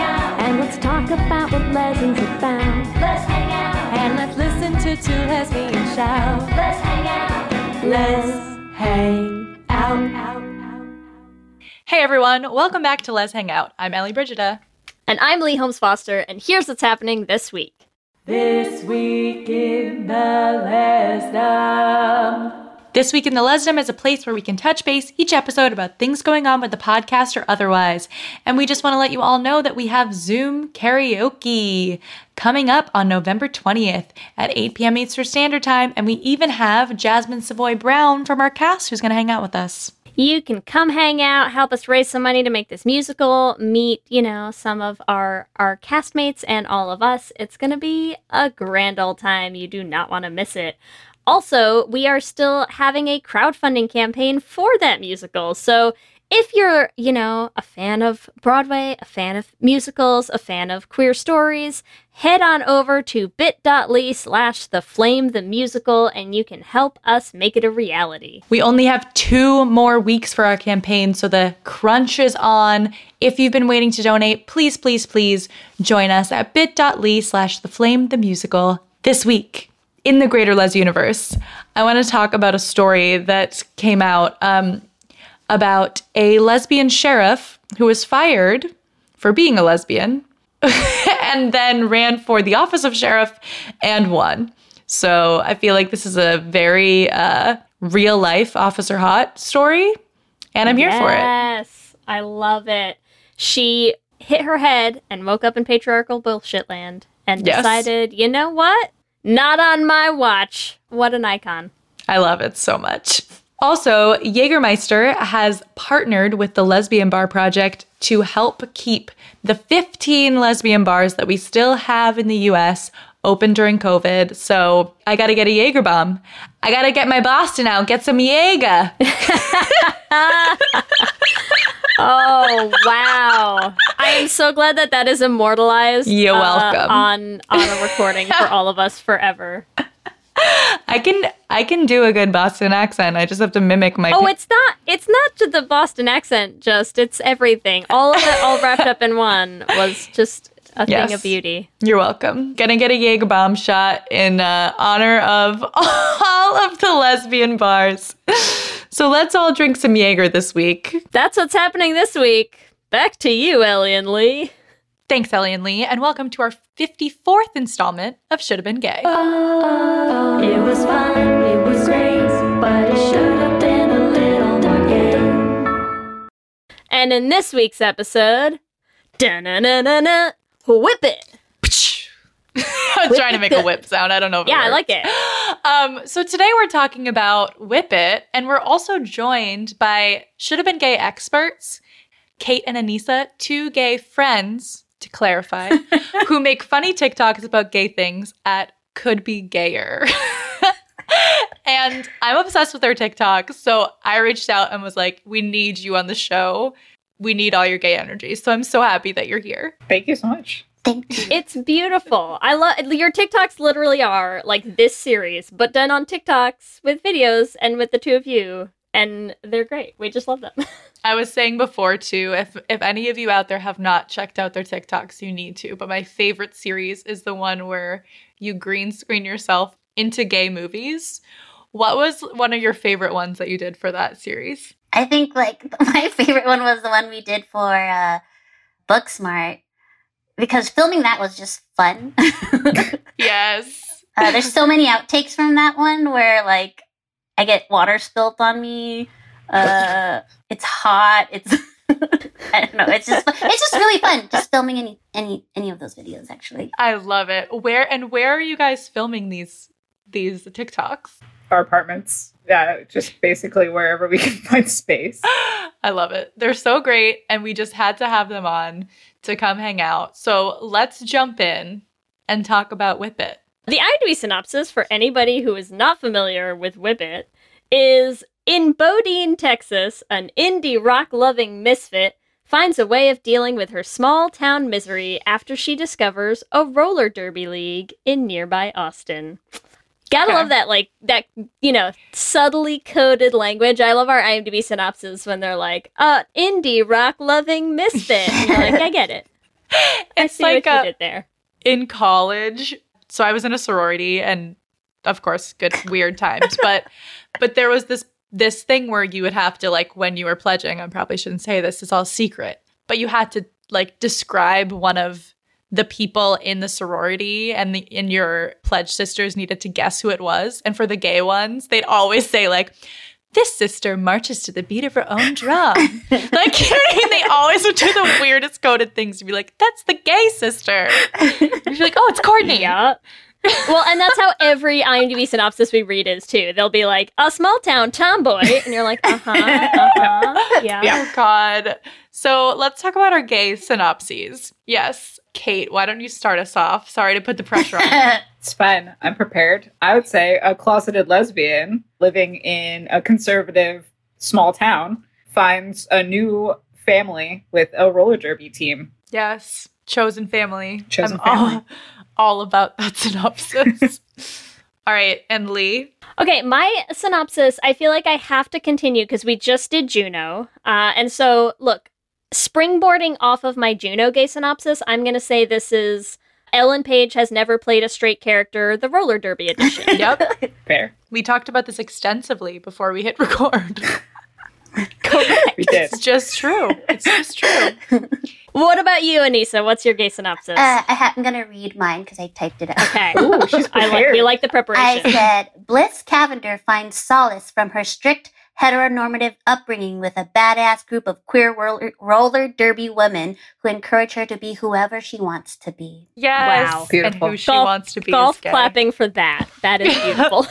out. And let's talk about what lesbians are about. Let's hang out. And let's listen to two lesbians shout. Let's hang out. Let's hang out. Hey everyone, welcome back to Les Hangout. I'm Ellie Brigida. And I'm Lee Holmes Foster, and here's what's happening this week. This week in the Lesdom. This Week in the Lesdom is a place where we can touch base each episode about things going on with the podcast or otherwise. And we just want to let you all know that we have Zoom karaoke coming up on November 20th at 8 p.m. Eastern Standard Time. And we even have Jasmine Savoy Brown from our cast who's going to hang out with us. You can come hang out, help us raise some money to make this musical, meet, you know, some of our our castmates and all of us. It's going to be a grand old time. You do not want to miss it. Also, we are still having a crowdfunding campaign for that musical. So, if you're, you know, a fan of Broadway, a fan of musicals, a fan of queer stories, head on over to bit.ly slash the flame the musical and you can help us make it a reality. We only have two more weeks for our campaign, so the crunch is on. If you've been waiting to donate, please, please, please join us at bit.ly slash the flame the musical this week in the Greater Les universe. I want to talk about a story that came out um, about a lesbian sheriff who was fired for being a lesbian and then ran for the office of sheriff and won. So I feel like this is a very uh, real life Officer Hot story, and I'm here yes, for it. I love it. She hit her head and woke up in patriarchal bullshit land and Yes. decided, you know what? Not on my watch. What an icon. I love it so much. Also, Jägermeister has partnered with the Lesbian Bar Project to help keep the 15 lesbian bars that we still have in the US open during COVID. So I gotta get a Jaeger bomb. I gotta get my Boston out, get some Jaeger. Oh, wow. I am so glad that that is immortalized. uh, You're welcome. on, on a recording for all of us forever. I can I can do a good Boston accent. I just have to mimic my Oh, it's not it's not just the Boston accent just it's everything. All of it all wrapped up in one was just a Yes. thing of beauty. You're welcome. Gonna get a Jaeger bomb shot in uh, honor of all of the lesbian bars. So let's all drink some Jaeger this week. That's what's happening this week. Back to you, Ellie and Lee. Thanks, Ellie and Lee, and welcome to our 54th installment of Should Have Been Gay. Uh, It was fun, it was great, but it should have been a little more gay. And in this week's episode, da-na-na-na-na, whip it. I was trying to make a whip sound. I don't know. If Yeah, I like it. Um, so today we're talking about Whip It, and we're also joined by Should Have Been Gay experts, Kate and Anissa, two gay friends, to clarify, who make funny TikToks about gay things at Could Be Gayer. and I'm obsessed with their TikToks, so I reached out and was like, "We need you on the show. We need all your gay energy." So I'm so happy that you're here. Thank you so much. It's beautiful. I love your TikToks literally are like this series, but done on TikToks with videos and with the two of you. And they're great. We just love them. I was saying before too, if if any of you out there have not checked out their TikToks, you need to. But my favorite series is the one where you green screen yourself into gay movies. What was one of your favorite ones that you did for that series? I think like my favorite one was the one we did for uh, Booksmart because filming that was just fun. uh, Yes. there's so many outtakes from that one where like I get water spilt on me. Uh, it's hot. It's I don't know. It's just it's just really fun. Just filming any any any of those videos actually. I love it. Where and where are you guys filming these these TikToks? our apartments. Yeah, just basically wherever we can find space. I love it. They're so great. And we just had to have them on to come hang out. So let's jump in and talk about Whip It. The IDWE synopsis for anybody who is not familiar with Whippet is in Bodine, Texas, an indie rock loving misfit finds a way of dealing with her small town misery after she discovers a roller derby league in nearby Austin. Gotta Okay. love that, like, that, you know, subtly coded language. I love our IMDb synopses when they're like, uh, indie rock loving misfit. And you're like, I get it. I It's see like uh, what a- you did there. in college so i was in a sorority and of course good weird times but but there was this this thing where you would have to like when you were pledging i probably shouldn't say this it's all secret but you had to like describe one of the people in the sorority and the in your pledge sisters needed to guess who it was and for the gay ones they'd always say like this sister marches to the beat of her own drum. like, you know what I mean? They always would do the weirdest coded things to be like, that's the gay sister. You're like, oh, it's Courtney. Yeah. well, and that's how every IMDb synopsis we read is too. They'll be like a small town tomboy, and you're like, uh huh, uh huh, yeah. Yeah. Oh God. So let's talk about our gay synopses. Yes, Kate, why don't you start us off? Sorry to put the pressure on. Uh, you. It's fun. I'm prepared. I would say a closeted lesbian living in a conservative small town finds a new family with a roller derby team. yes, chosen family. Chosen I'm all- family. All, about that synopsis. all right, and Lee. Okay, my synopsis, I feel like I have to continue because we just did Juno. Uh, and so, look, springboarding off of my Juno gay synopsis, I'm going to say this is Ellen Page has never played a straight character, the roller derby edition. Yep. Fair. we talked about this extensively before we hit record. We did. it's just true. It's just true. what about you, Anissa? What's your gay synopsis? Uh, I ha- I'm going to read mine because I typed it out. okay. Ooh, she's I prepared. like, we like the preparation. I said, Bliss Cavender finds solace from her strict heteronormative upbringing with a badass group of queer roller, roller derby women who encourage her to be whoever she wants to be. Yes. Wow. Beautiful. And who she Golf- wants to be. golf is gay. clapping for that. That is beautiful.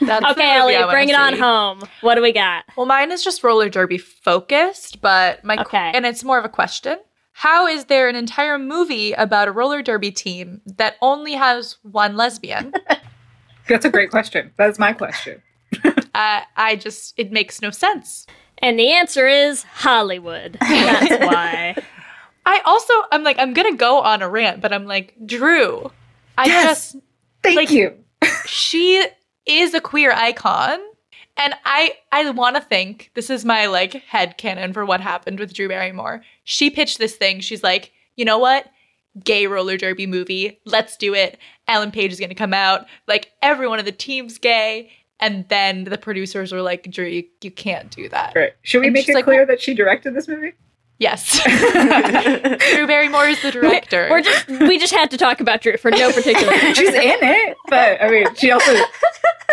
That's the okay, movie Ellie, I wanna bring it on see. home. What do we got? Well, mine is just roller derby focused, but my Okay. and it's more of a question. How is there an entire movie about a roller derby team that only has one lesbian? That's a great question. That is my question. uh, I just it makes no sense. And the answer is Hollywood. That's why. I also I'm like I'm gonna go on a rant, but I'm like Drew. I Yes. just Thank Like- you. she is a queer icon. And I I want to think this is my like head canon for what happened with Drew Barrymore. She pitched this thing. She's like, "You know what? Gay roller derby movie. Let's do it. Ellen Page is going to come out. Like everyone on the team's gay." And then the producers were like, "Drew, you, you can't do that." Great. Should we And make she's it like, clear that she directed this movie? Yes. Drew Barrymore is the director. We're just we just had to talk about Drew for no particular reason. She's in it, but I mean, she also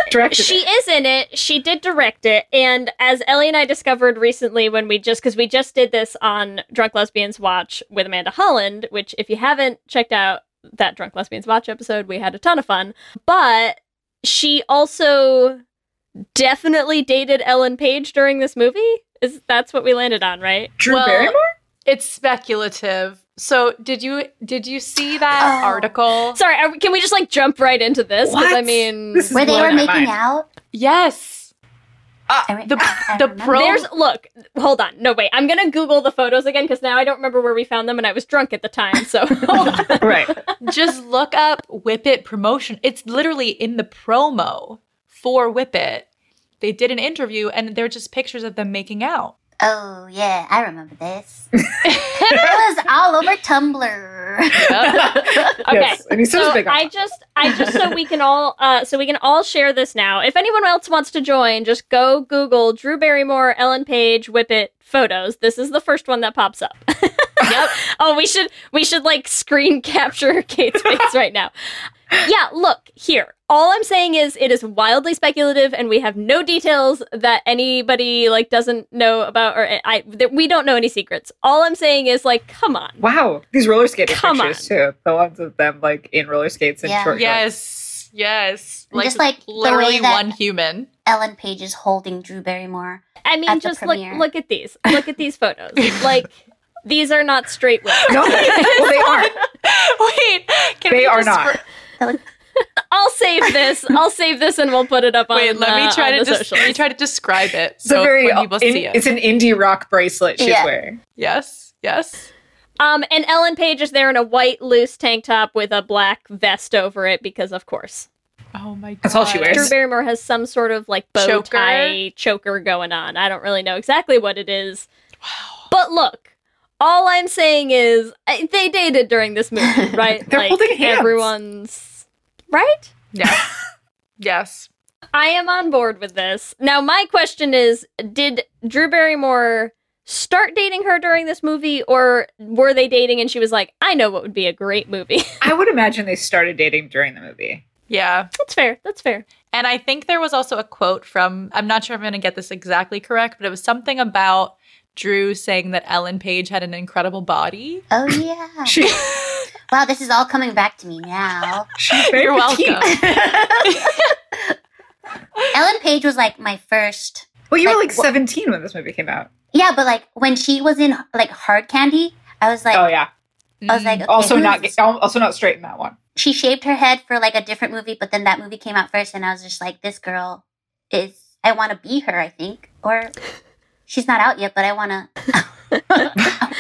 directed. She it. is in it. She did direct it. And as Ellie and I discovered recently when we just because we just did this on Drunk Lesbians Watch with Amanda Holland, which if you haven't checked out that Drunk Lesbians Watch episode, we had a ton of fun. But she also definitely dated Ellen Page during this movie. Is that's what we landed on, right? Drew Well, Barrymore. it's speculative. So, did you did you see that Oh. article? Sorry, are, we- can we just like jump right into this? Because I What? mean, This is Where they blowing were my making mind. out? Yes. I re- the- I the remember. pro- There's look, hold on. No wait, I'm gonna Google the photos again because now I don't remember where we found them and I was drunk at the time. So Right. just look up Whip It promotion. It's literally in the promo for Whip It. They did an interview and they're just pictures of them making out. Oh, yeah, I remember this. it was all over Tumblr. Okay. Yes. And he's such so a big. I just I just so we can all uh so we can all share this now. If anyone else wants to join, just go Google Drew Barrymore, Ellen Page, Whippet photos. This is the first one that pops up. yep. Oh, we should we should like screen capture Kate's face right now. Yeah, look here. All I'm saying is it is wildly speculative, and we have no details that anybody like doesn't know about, or I that we don't know any secrets. All I'm saying is like, come on. Wow, these roller skating Come pictures too. The ones of them like in roller skates and Yeah. short shorts. Yes. Yes. And just, like, the way literally that- one human. Ellen Page is holding Drew Barrymore. I mean, At the just look premiere. look at these. Look at these photos. like these are not straight women. No, well, they aren't. Wait, can They we are just not. I'll save this. I'll save this and we'll put it up on. Wait, let me uh, try on to the des- let me socials. try to describe it It's a so very when people in- see it. it's an indie rock bracelet she's Yeah. wearing. yes, yes. Um, and Ellen Page is there in a white loose tank top with a black vest over it because, of course, Oh my god, That's all she wears. Drew Barrymore has some sort of like bow Choker? tie choker going on. I don't really know exactly what it is. But look, all I'm saying is I, they dated during this movie, right? They're holding hands. Everyone's right. Yes, yes. I am on board with this. Now, my question is Did Drew Barrymore start dating her during this movie, or were they dating and she was like, I know what would be a great movie? I would imagine they started dating during the movie. Yeah. that's fair. That's fair. And I think there was also a quote from, I'm not sure if I'm going to get this exactly correct, but it was something about Drew saying that Ellen Page had an incredible body. Oh yeah! She, wow, this is all coming back to me now. she's very You're petite. welcome. Ellen Page was like my first. Well, you were Like, like wha- 17 when this movie came out. Yeah, but like when she was in like Hard Candy, I was like, Oh yeah. I was like, okay, Also who's not this? also not straight in that one. she shaved her head for like a different movie, but then that movie came out first, and I was just like, this girl is. I want to be her, I think, or she's not out yet, but I want to.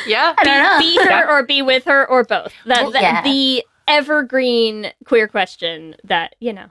yeah. I don't know. Be her Yeah. or be with her or both. That, that- Yeah. The evergreen queer question that, you know,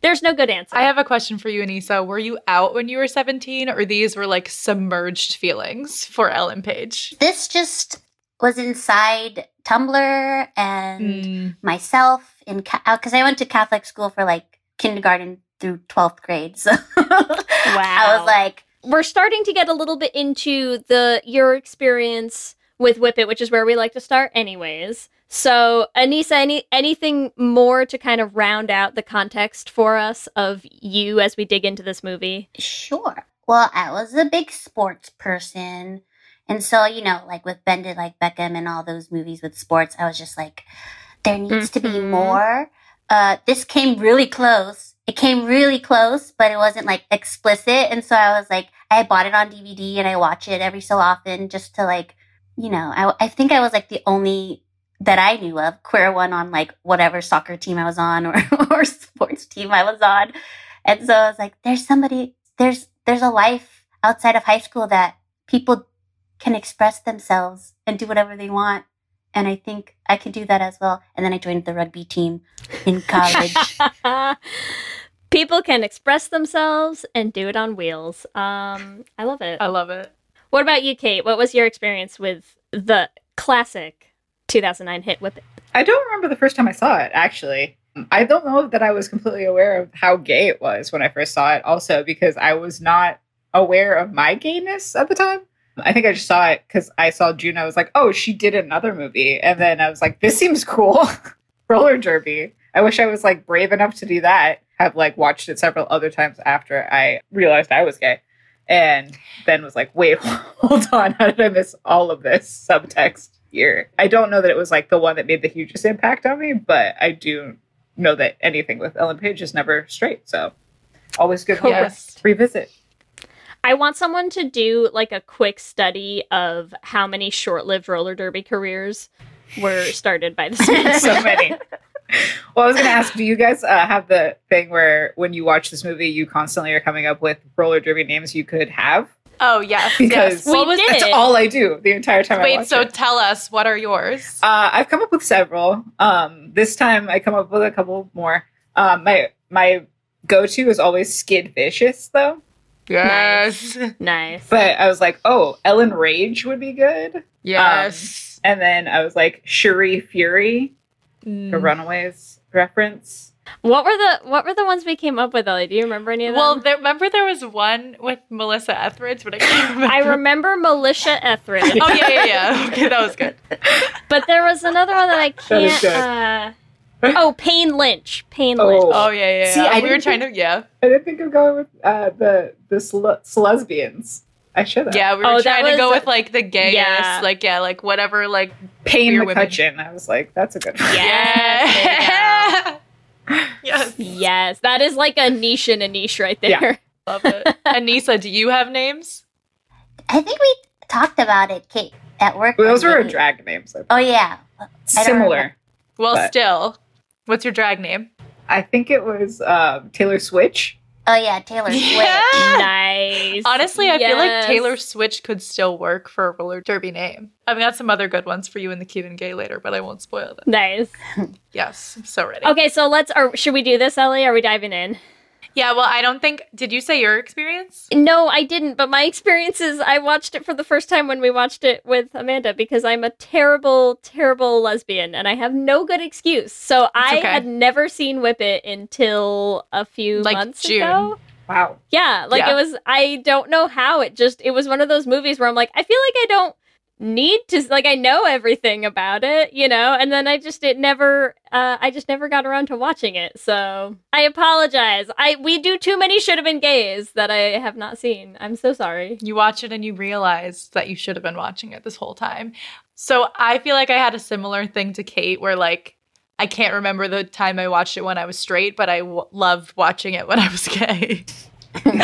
there's no good answer. I have a question for you, Anissa. Were you out when you were 17, or these were like submerged feelings for Ellen Page? This just was inside Tumblr and Hmm. myself in because I went to Catholic school for like kindergarten through twelfth grade, so I Wow. was like, We're starting to get a little bit into the your experience with Whip It, which is where we like to start, anyways. So, Anissa, any anything more to kind of round out the context for us of you as we dig into this movie? Sure. Well, I was a big sports person. And so, you know, like with Bended Like Beckham and all those movies with sports, I was just like, there needs to be Mhm. more. Uh, this came really close. It came really close, but it wasn't like explicit. And so I was like, I bought it on DVD and I watch it every so often just to like, you know, I, I think I was like the only that I knew of queer one on like whatever soccer team I was on or, or sports team I was on. And so I was like, there's somebody, there's, there's a life outside of high school that people can express themselves and do whatever they want. And I think I could do that as well. And then I joined the rugby team in college. People can express themselves and do it on wheels. Um, I love it. I love it. What about you, Kate? What was your experience with the classic 2009 hit Whip It? I don't remember the first time I saw it, actually. I don't know that I was completely aware of how gay it was when I first saw it, also, because I was not aware of my gayness at the time. I think I just saw it because I saw June. I was like, oh, she did another movie. And then I was like, this seems cool. Roller derby. I wish I was like brave enough to do that. Have like watched it several other times after I realized I was gay. And then was like, wait, hold on. How did I miss all of this subtext here? I don't know that it was like the one that made the hugest impact on me, but I do know that anything with Ellen Page is never straight. So always good to Yes. revisit. I want someone to do like a quick study of how many short-lived roller derby careers were started by this. movie. so many. Well, I was going to ask, do you guys uh, have the thing where when you watch this movie, you constantly are coming up with roller derby names you could have? Oh, yes. yes. Because- What We was did. That's It- all I do the entire time. I Wait, watch so it. tell us, what are yours? uh, I've come up with several. Um, this time, I come up with a couple more. Um, my my go to is always Skid Vicious, though. Yes. nice. But I was like, oh, Ellen Rage would be good. Yes. And then I was like, Cherie Fury, Mm. the Runaways reference. What were the What were the ones we came up with, Ellie? Do you remember any of them? Well, there, remember there was one with Melissa Etheridge, but I can't remember. I remember Militia Etheridge, Oh yeah, yeah, yeah. Okay, that was good. but there was another one that I is can't. uh, oh, Payne Lynch. Payne Oh. Lynch. Oh yeah, yeah. yeah. See, I we were didn't trying to. Yeah, I didn't think of going with uh, the the sl- lesbians. I should have. yeah. We were Oh, that trying to go was- with like the gayest, Yeah. like yeah, like whatever, like Payne Queer women. McCutcheon. I was like, that's a good one. Yes, there you Yes. go. Yes, that is like a niche in a niche right there. Yeah. Love it. Anissa, do you have names? I think we talked about it, Kate, at work. Well, those one were day. drag names. I Oh yeah, I don't similar. Well, But- still, what's your drag name? I think it was um, Taylor Switch. oh yeah, Taylor Swift. Nice. Honestly, I feel like Yes. Taylor Switch could still work for a roller derby name. I've got some other good ones for you in the Cuban Gay later, but I won't spoil them. Nice. Yes, I'm so ready. Okay, so let's. Are, should we do this, Ellie? Are we diving in? Yeah, well, I don't think. Did you say your experience? No, I didn't. But my experience is I watched it for the first time when we watched it with Amanda because I'm a terrible, terrible lesbian and I have no good excuse. So I okay. had never seen Whip It until a few Like months June. ago. Wow. Yeah, like Yeah. it was. I don't know how it just. It was one of those movies where I'm like, I feel like I don't need to. Like I know everything about it, you know. And then I just it never. Uh, I just never got around to watching it. So I apologize. I we do too many should have been gays that I have not seen. I'm so sorry. You watch it and you realize that you should have been watching it this whole time. So I feel like I had a similar thing to Kate where, like, I can't remember the time I watched it when I was straight, but I w- loved watching it when I was gay.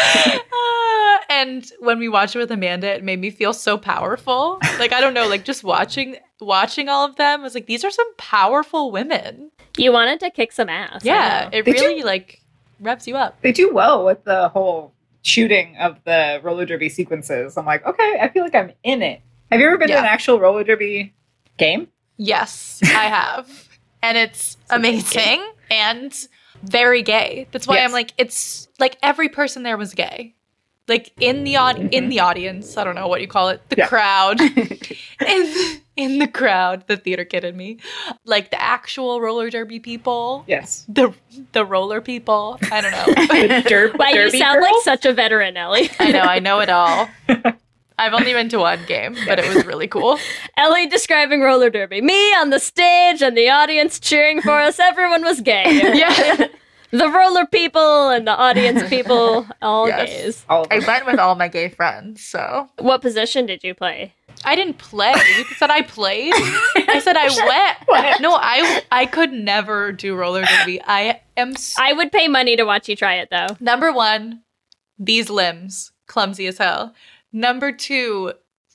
Uh, and when we watched it with Amanda, it made me feel so powerful. Like I don't know, like just watching watching all of them I was like these are some powerful women. You wanted to kick some ass. I Yeah, know. it Did you- really like revs you up. They do well with the whole shooting of the roller derby sequences. I'm like, okay, I feel like I'm in it. Have you ever been Yeah. to an actual roller derby game? Yes, I have. and it's amazing and very gay. That's why I'm Yes. like it's like every person there was gay. Like in the aud- in the audience, I don't know what you call it, the Yeah. crowd. in, in the crowd, the theater kid in me. Like the actual roller derby people. Yes. The the roller people. I don't know. The derp- Wow, you derby sound like girls? such a veteran, Ellie. I know, I know it all. I've only been to one game, but it was really cool. Ellie describing roller derby. Me on the stage and the audience cheering for us. Everyone was gay. Yeah. the roller people and the audience people, all Yes. gays. All of I them. went with all my gay friends, so What position did you play? I didn't play. You said I played. I said I went. No, I I could never do roller derby. I am s- I would pay money to watch you try it though. number one. These limbs clumsy as hell. Number two,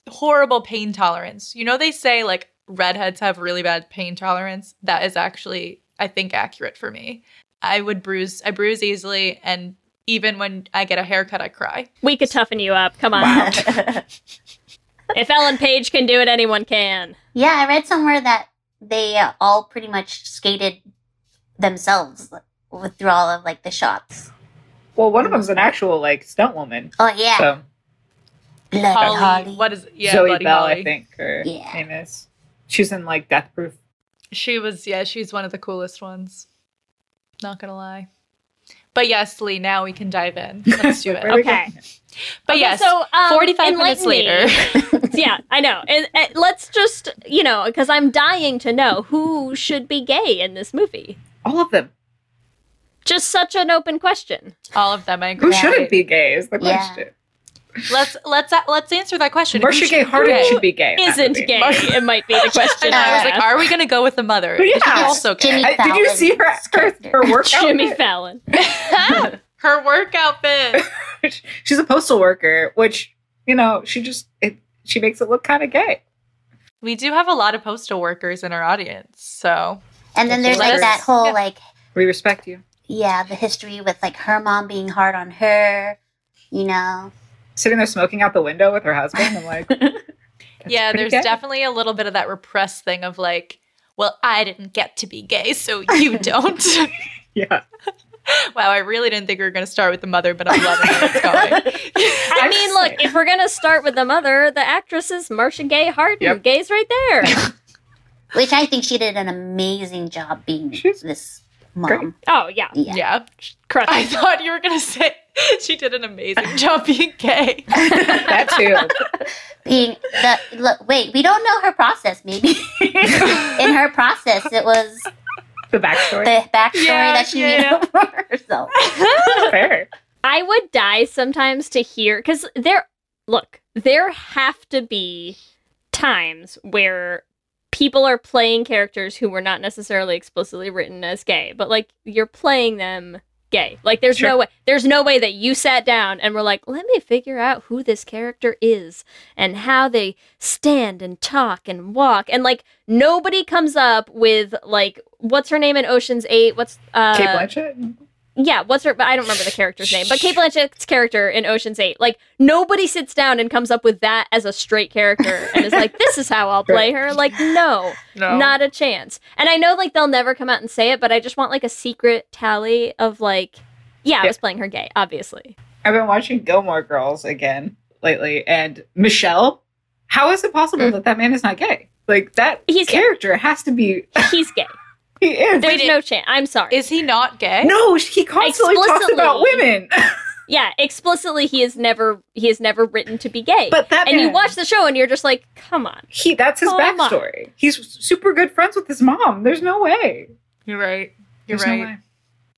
horrible pain tolerance. You know they say like redheads have really bad pain tolerance. That is actually I think accurate for me. I would bruise. I bruise easily, and even when I get a haircut, I cry. We could toughen you up. Come on. if Ellen Page can do it, anyone can. yeah, I read somewhere that they uh, all pretty much skated themselves with, through all of like the shots. well, one of them's an actual like stunt woman. Oh yeah, So Blood Holly, Holly. what is yeah? Zoe Bloody Bell, Holly. I think her Yeah. name is. She's in like Death Proof. She was, yeah, she's one of the coolest ones. Not gonna lie. But yes, Lee, now we can dive in. Let's do Where it. we go? Okay. But Okay, yes, so, um, 45 minutes enlighten me. later. yeah, I know. And, and let's just, you know, because I'm dying to know who should be gay in this movie. All of them. Just such an open question. all of them, I agree. Who shouldn't be gay is the Yeah. question. Let's let's uh, let's answer that question. Who Marcia should Gay be Harden gay? should be gay. in that Isn't movie. gay? It might be the I question. know, I was I like, are we gonna go with the mother? Yeah. Is she also gay? Jimmy- I- did you Fallon see her her, character. her workout? "Oh, Jimmy Fallon. Her work outfit. She's a postal worker, which you know she just it, she makes it look kind of gay. We do have a lot of postal workers in our audience, so and then there's like Letters. that whole Yeah. like We respect you. yeah the history with like her mom being hard on her, you know. Sitting there smoking out the window with her husband. I'm like, that's yeah, pretty there's gay. definitely a little bit of that repressed thing of like, well, I didn't get to be gay, so you don't. yeah. wow, I really didn't think we were gonna start with the mother, but I'm loving where it's going. I mean, look, if we're gonna start with the mother, the actress is Marcia Gay Harden. Yep. Gay's right there. Which I think she did an amazing job being She's this mom. great. oh yeah, Yeah. Yeah. crushed. I thought you were going to say she did an amazing job being gay. that too. being the look, wait, we don't know her process. Maybe in her process, it was The backstory. the backstory Yeah, that she yeah, made yeah. up for herself. Fair. I would die sometimes to hear because there. Look, there have to be times where people are playing characters who were not necessarily explicitly written as gay, but like you're playing them gay. Like there's Sure. no way there's no way that you sat down and were like, "Let me figure out who this character is and how they stand and talk and walk." And like nobody comes up with like what's her name in Ocean's 8? What's uh Kate Blanchett? yeah, what's her? But I don't remember the character's name. But Kate Blanchett's character in Ocean's Eight, like nobody sits down and comes up with that as a straight character and is like, "This is how I'll play her." Like, no, No. not a chance. And I know like they'll never come out and say it, but I just want like a secret tally of like, yeah, I Yeah. was playing her gay, obviously. I've been watching Gilmore Girls again lately, and Michelle. How is it possible that that man is not gay? Like that Mm. He's gay. character has to be. He's gay. He is. There's no chance. I'm sorry. Is he not gay? no, he constantly talks Explicitly. about women. yeah, explicitly, he is never he is never written to be gay. but that and you man, watch the show and you're just like, come on. he that's his Oh, my. backstory. He's super good friends with his mom. There's no way. You're right. You're There's right. no way.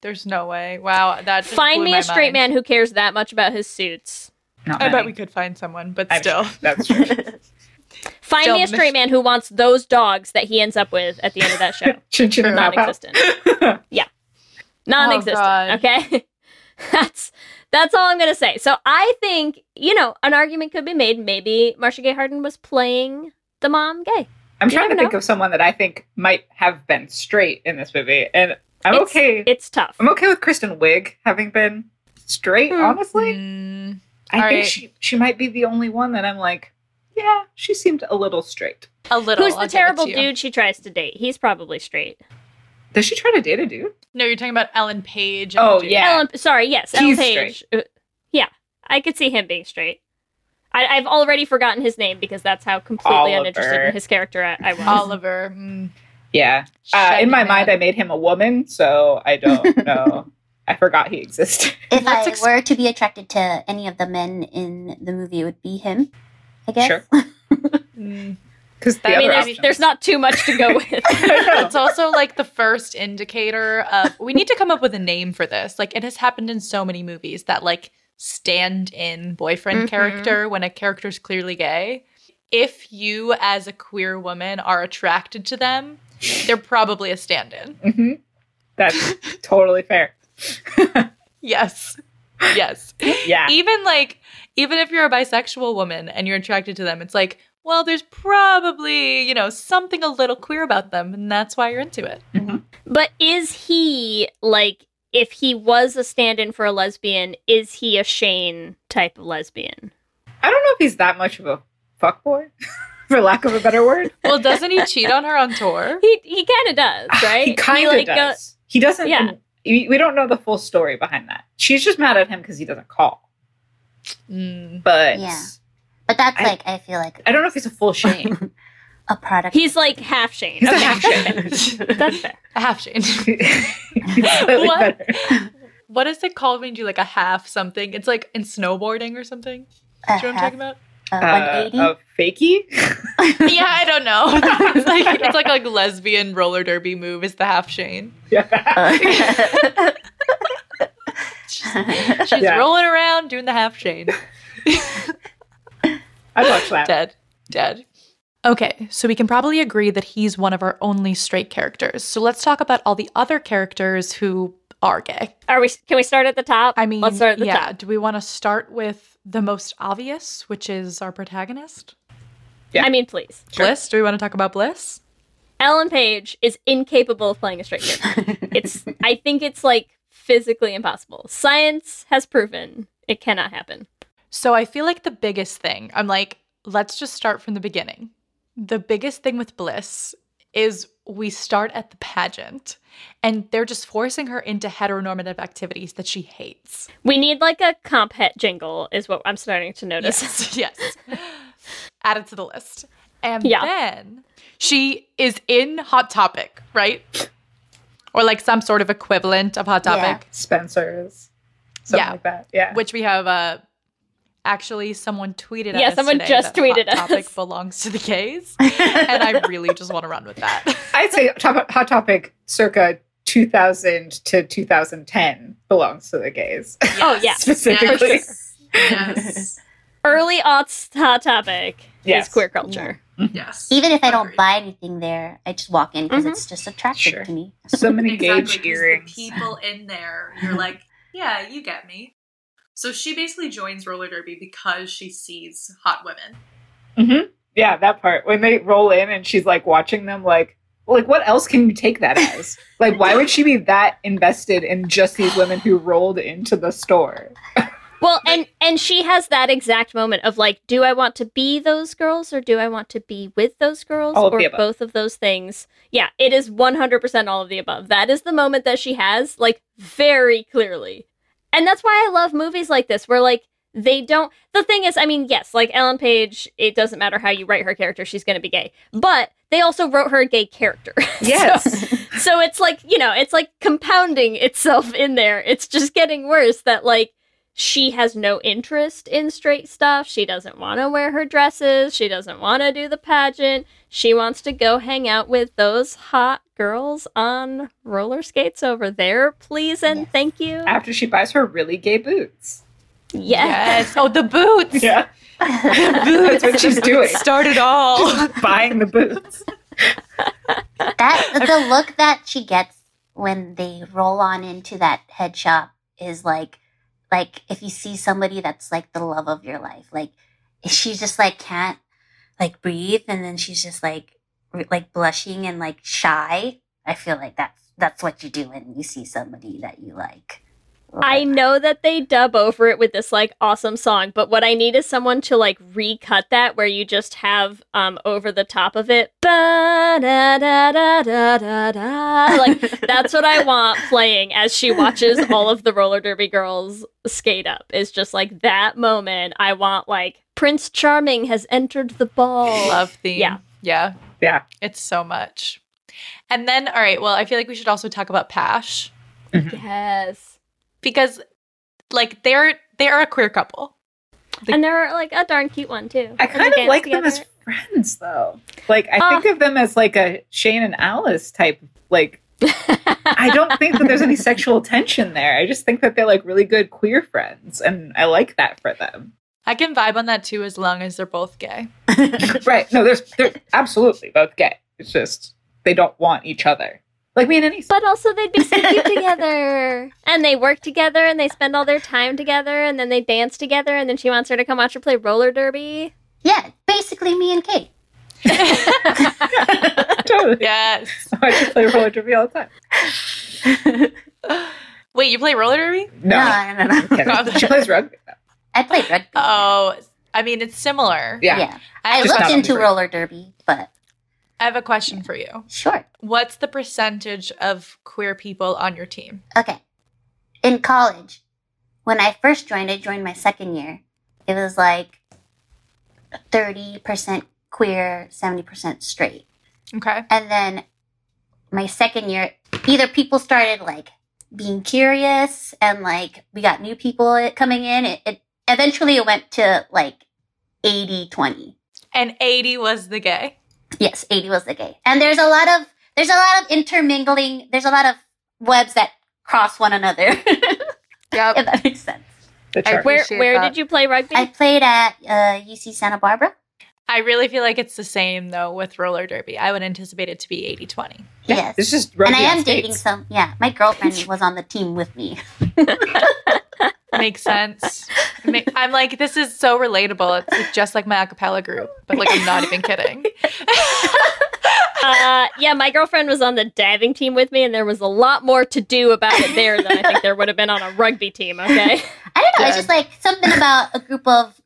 There's no way. Wow, that just Find blew me my a straight mind. man who cares that much about his suits. Not I bet many. we could find someone, but I'm still. sure. That's true. Find Still me a mis- straight man who wants those dogs that he ends up with at the end of that show. Chin chin and pow pow. Non-existent. yeah, non-existent. Oh, God. okay, that's that's all I'm gonna say. So I think you know an argument could be made. Maybe Marsha Gay Harden was playing the mom gay. I'm You trying to never think know. of someone that I think might have been straight in this movie, and I'm It's- okay. It's tough. I'm okay with Kristen Wiig having been straight. Hmm. Honestly, Mm, I All think right. she she might be the only one that I'm like, yeah, she seemed a little straight. a little. Who's I'll the give it terrible to you. dude she tries to date? He's probably straight. Does she try to date a dude? No, you're talking about Ellen Page. and Oh the dude. yeah, Ellen, sorry, yes, Ellen He's Page. Uh, Yeah, I could see him being straight. I, I've already forgotten his name because that's how completely uninterested Oliver. in his character I, I was. Oliver. Mm, yeah. Uh, in my Shaggy mind, man. I made him a woman, so I don't know. I forgot he existed. If Let's I ex- were to be attracted to any of the men in the movie, it would be him. I guess. Sure. mm. Because I I mean, there's, option. there's not too much to go with. it's also like the first indicator of we need to come up with a name for this. Like it has happened in so many movies that like stand-in boyfriend Mhm. character when a character's clearly gay. If you as a queer woman are attracted to them, they're probably a stand-in. hmm That's totally fair. Yes. Yes. E- Yeah. even like even if you're a bisexual woman and you're attracted to them, it's like, well, there's probably, you know, something a little queer about them and that's why you're into it. but is he like, if he was a stand-in for a lesbian, is he a Shane type of lesbian? I don't know if he's that much of a fuckboy, for lack of a better word. Well, doesn't he cheat on her on tour? He he kind of does, right? Ah, He kind of like, go- does. he doesn't. Yeah. We we don't know the full story behind that. She's just mad at him because he doesn't call. Mm. But Yeah. But that's I- like I feel like I don't know if he's a full shame. a product. he's like half Shane. He's a Okay, half shame. that's fair. a half change. Slightly What? better. What is it called when you do like a half something? It's like in snowboarding or something. Do you know what I'm talking about? Uh, 180. a fakey? yeah, I don't know. It's like it's like a like, lesbian roller derby move is the half chain. yeah. She's Yeah. rolling around doing the half chain. I'd watch that. Dead. Dead. Okay, so we can probably agree that he's one of our only straight characters. So let's talk about all the other characters who are gay. Are we? Can we start at the top? I mean, let's start at the yeah, top. do we want to start with the most obvious, which is our protagonist? Yeah. I mean, please. Bliss? Do we want to talk about Bliss? Ellen Page is incapable of playing a straight character. it's. I think it's like physically impossible. Science has proven it cannot happen. So I feel like the biggest thing, I'm like, let's just start from the beginning. The biggest thing with Bliss is we start at the pageant and they're just forcing her into heteronormative activities that she hates. We need like a comp het jingle, is what I'm starting to notice. Yes, yes. Add it to the list. And Yeah. then she is in Hot Topic, right? Or like some sort of equivalent of Hot Yeah. Topic, Spencer's. Something Yeah. like that. Yeah. which we have uh actually someone tweeted at Yeah, us someone today just that tweeted Hot us. Topic belongs to the gays. and I really just want to run with that. I'd say top, Hot Topic circa 2000 to 2010 belongs to the gays. Oh yeah, Specifically. Yes. early aughts hot topic. Yes. is queer culture. Yes. Even if I don't Agreed. buy anything there, I just walk in because Mhm. it's just attractive Sure. to me. So many Exactly, gauge 'cause earrings. The people in there, you're like, yeah, you get me. So she basically joins roller derby because she sees hot women. Mhm. Yeah, that part when they roll in and she's like watching them, like, like what else can you take that as? like, why would she be that invested in just these women who rolled into the store? Well, and and she has that exact moment of like, do I want to be those girls or do I want to be with those girls All of or the above. both of those things? Yeah, it is 100% all of the above. That is the moment that she has like very clearly. And that's why I love movies like this where like they don't the thing is, I mean, yes, like Ellen Page, it doesn't matter how you write her character, she's going to be gay. But they also wrote her a gay character. So- Yes, so it's like you know it's like compounding itself in there it's just getting worse that like she has no interest in straight stuff she doesn't want to wear her dresses she doesn't want to do the pageant she wants to go hang out with those hot girls on roller skates over there please and thank you after she buys her really gay boots. yes Oh, the boots. Yeah, that's what she's doing. Start it all. Buying the boots. That the look that she gets when they roll on into that head shop is like, like if you see somebody that's like the love of your life, like she just like can't like breathe, and then she's just like re- like blushing and like shy. I feel like that's that's what you do when you see somebody that you like. I know that they dub over it with this like awesome song, but what I need is someone to like recut that where you just have um over the top of it. ba-da-da-da-da-da-da. Like that's what I want playing as she watches all of the roller derby girls skate up. It's just like that moment. I want like Prince Charming has entered the ball. Love theme. Yeah. Yeah. Yeah. It's so much. And then, all right, well, I feel like we should also talk about Pash Yes. because, like, they're they are a queer couple. The- And they're like a darn cute one too. I And they kind of dance like them as together. friends, though. Like, I Uh. think of them as like a Shane and Alice type. Like, I don't think that there's any sexual tension there. I just think that they're like really good queer friends, and I like that for them. I can vibe on that too, as long as they're both gay. right? No, there's they're absolutely both gay. It's just they don't want each other. Like me and Annie. But also, they'd be so cute together. And they work together and they spend all their time together and then they dance together. And then she wants her to come watch her play roller derby. yeah, basically me and Kate. totally. Yes. I just play roller derby all the time. Wait, you play roller derby? No, No, no, no, no. I'm kidding. God. she plays rugby. Though. I played rugby. Oh, I mean, it's similar. Yeah. yeah. I Just looked not on into the- roller derby, but I have a question for you. sure. What's the percentage of queer people on your team? Okay. In college, when I first joined, I joined my second year. It was like 30% queer, 70% straight. Okay. And then my second year, either people started like being curious and like we got new people coming in. It, it eventually it went to like 80 20. And 80 was the gay. Yes, 80 was the gay. And there's a lot of there's a lot of intermingling. There's a lot of webs that cross one another. if Yep. that makes sense. The I chart. Where Appreciate where that. did you play rugby? I played at uh, UC Santa Barbara. I really feel like it's the same though with roller derby. I would anticipate it to be 80 20. Yes. It's just and rugby. I on am skates. dating some. Yeah, my girlfriend was on the team with me. Makes sense. Ma- I'm like, this is so relatable. It's like just like my acapella group, but like, I'm not even kidding. uh, yeah, my girlfriend was on the diving team with me, and there was a lot more to do about it there than I think there would have been on a rugby team, okay? I don't know. It's just like something about a group of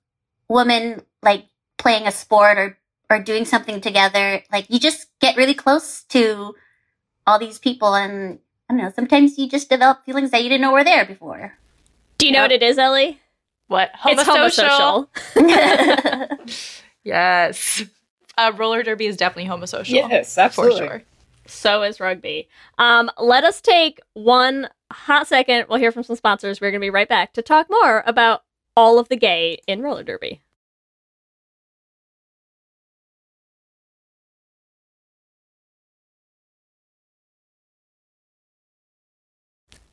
women like playing a sport or or doing something together. Like you just get really close to all these people, and I don't know. Sometimes you just develop feelings that you didn't know were there before. Do you know Yep. what it is, Ellie? What? It's homosocial. Yes. Uh, roller derby is definitely homosocial. Yes, For absolutely. sure. So is rugby. Um, let us take one hot second. We'll hear from some sponsors. We're going to be right back to talk more about all of the gay in roller derby.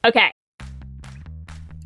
Okay.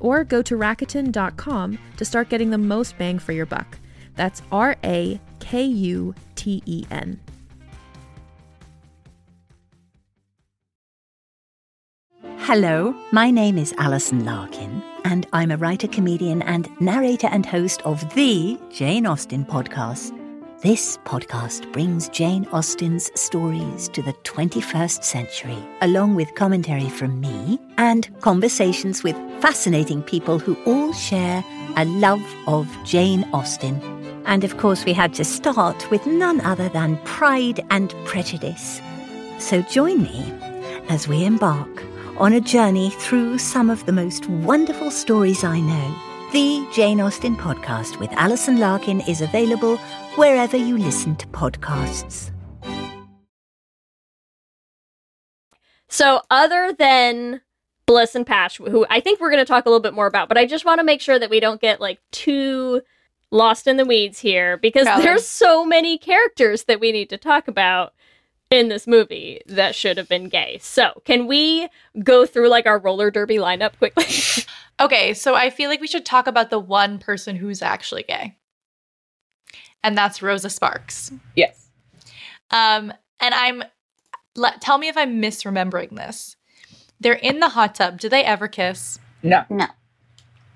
Or go to Rakuten.com to start getting the most bang for your buck. That's R A K U T E N. Hello, my name is Alison Larkin, and I'm a writer, comedian, and narrator and host of the Jane Austen podcast. This podcast brings Jane Austen's stories to the 21st century, along with commentary from me and conversations with fascinating people who all share a love of Jane Austen. And of course, we had to start with none other than Pride and Prejudice. So join me as we embark on a journey through some of the most wonderful stories I know. The Jane Austen podcast with Alison Larkin is available wherever you listen to podcasts. So, other than Bliss and Patch, who I think we're going to talk a little bit more about, but I just want to make sure that we don't get like too lost in the weeds here because Valid. there's so many characters that we need to talk about in this movie that should have been gay. So, can we go through like our roller derby lineup quickly? Okay, so I feel like we should talk about the one person who's actually gay. And that's Rosa Sparks. Yes. Um, and I'm let, tell me if I'm misremembering this. They're in the hot tub. Do they ever kiss? No. No.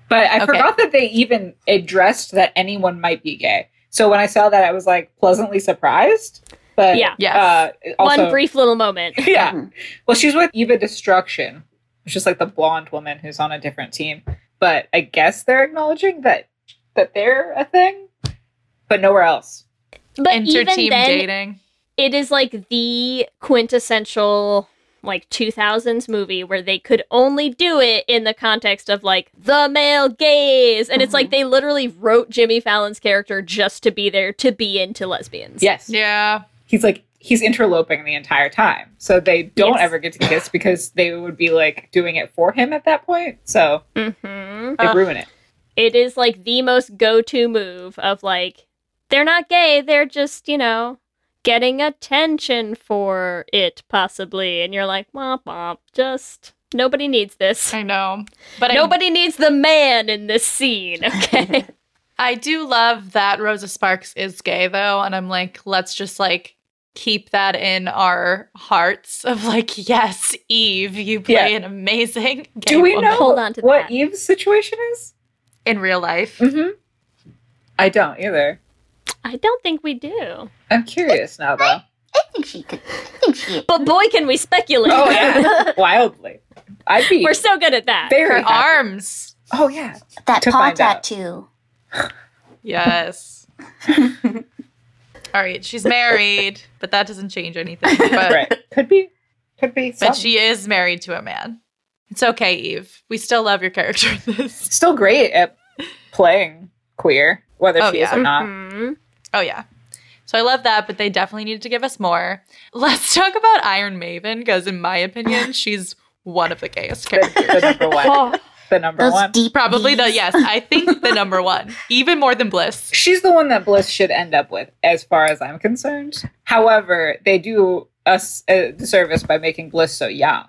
But I Okay. forgot that they even addressed that anyone might be gay. So when I saw that, I was like pleasantly surprised. But Yeah. Yes. uh, also, One brief little moment. Yeah. Mhm. Well, she's with Eva Destruction, which is like the blonde woman who's on a different team. But I guess they're acknowledging that that they're a thing, but nowhere else. But even Inter-team then, dating. it is like the quintessential like 2000s movie where they could only do it in the context of like the male gaze and it's like they literally wrote Jimmy Fallon's character just to be there to be into lesbians. Yes. Yeah. He's like he's interloping the entire time. So they don't Yes. ever get to kiss because they would be like doing it for him at that point. So Mhm. they Ugh. ruin it. It is like the most go-to move of like they're not gay, they're just, you know, getting attention for it possibly and you're like, "Womp womp, just nobody needs this." I know. But I, Nobody needs the man in this scene, okay? I do love that Rosa Sparks is gay though, and I'm like, let's just like keep that in our hearts of like, yes, Eve, you play Yeah. an amazing gay Do we woman know Hold on to what that. Eve's situation is? in real life. Mm-hmm. I don't either. I don't think we do. I'm curious now though. I think she could. I think she. But boy, can we speculate. Oh yeah. Wildly. I'd be We're so good at that. Her very happy. arms. Oh yeah. That To paw find out. tattoo. Yes. All right, she's married, but that doesn't change anything. But, right. Could be. Could be. but some. she is married to a man. It's okay, Eve. We still love your character in this. still great at playing queer, whether Oh, she is yeah. or not. Mhm. Oh yeah. So I love that, but they definitely needed to give us more. Let's talk about Iron Maiden because, in my opinion, she's one of the gayest characters. The, the number one. The number Those one. deep. Probably the V's. yes. I think the number one, even more than Bliss. She's the one that Bliss should end up with, as far as I'm concerned. However, they do us a disservice by making Bliss so young,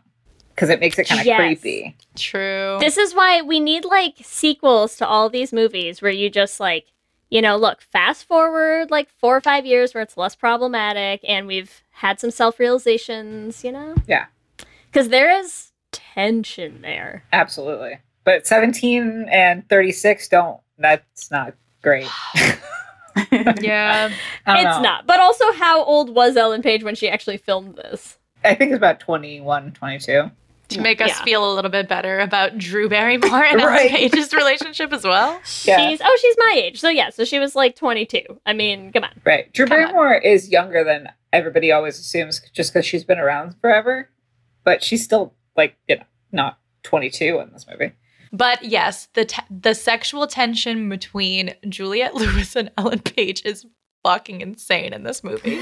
because it makes it kind of Yes. creepy. True. This is why we need like sequels to all these movies where you just like, you know, look, fast forward like four or five years where it's less problematic and we've had some self realizations, you know? Yeah. Because there is tension there. Absolutely. But 17 and 36 don't. That's not great. yeah. I don't it's know. not. But also, how old was Ellen Page when she actually filmed this? I think it's about 21, 22. to make us feel a little bit better about Drew Barrymore and Ellen Right. Page's relationship as well. Yeah. She's oh, she's my age. So yeah, so she was like 22. I mean, come on. Right. Drew Come on. Barrymore is younger than everybody always assumes just because she's been around forever, but she's still like, you know, not 22 in this movie. But yes, the t- the sexual tension between Juliette Lewis and Ellen Page is fucking insane in this movie.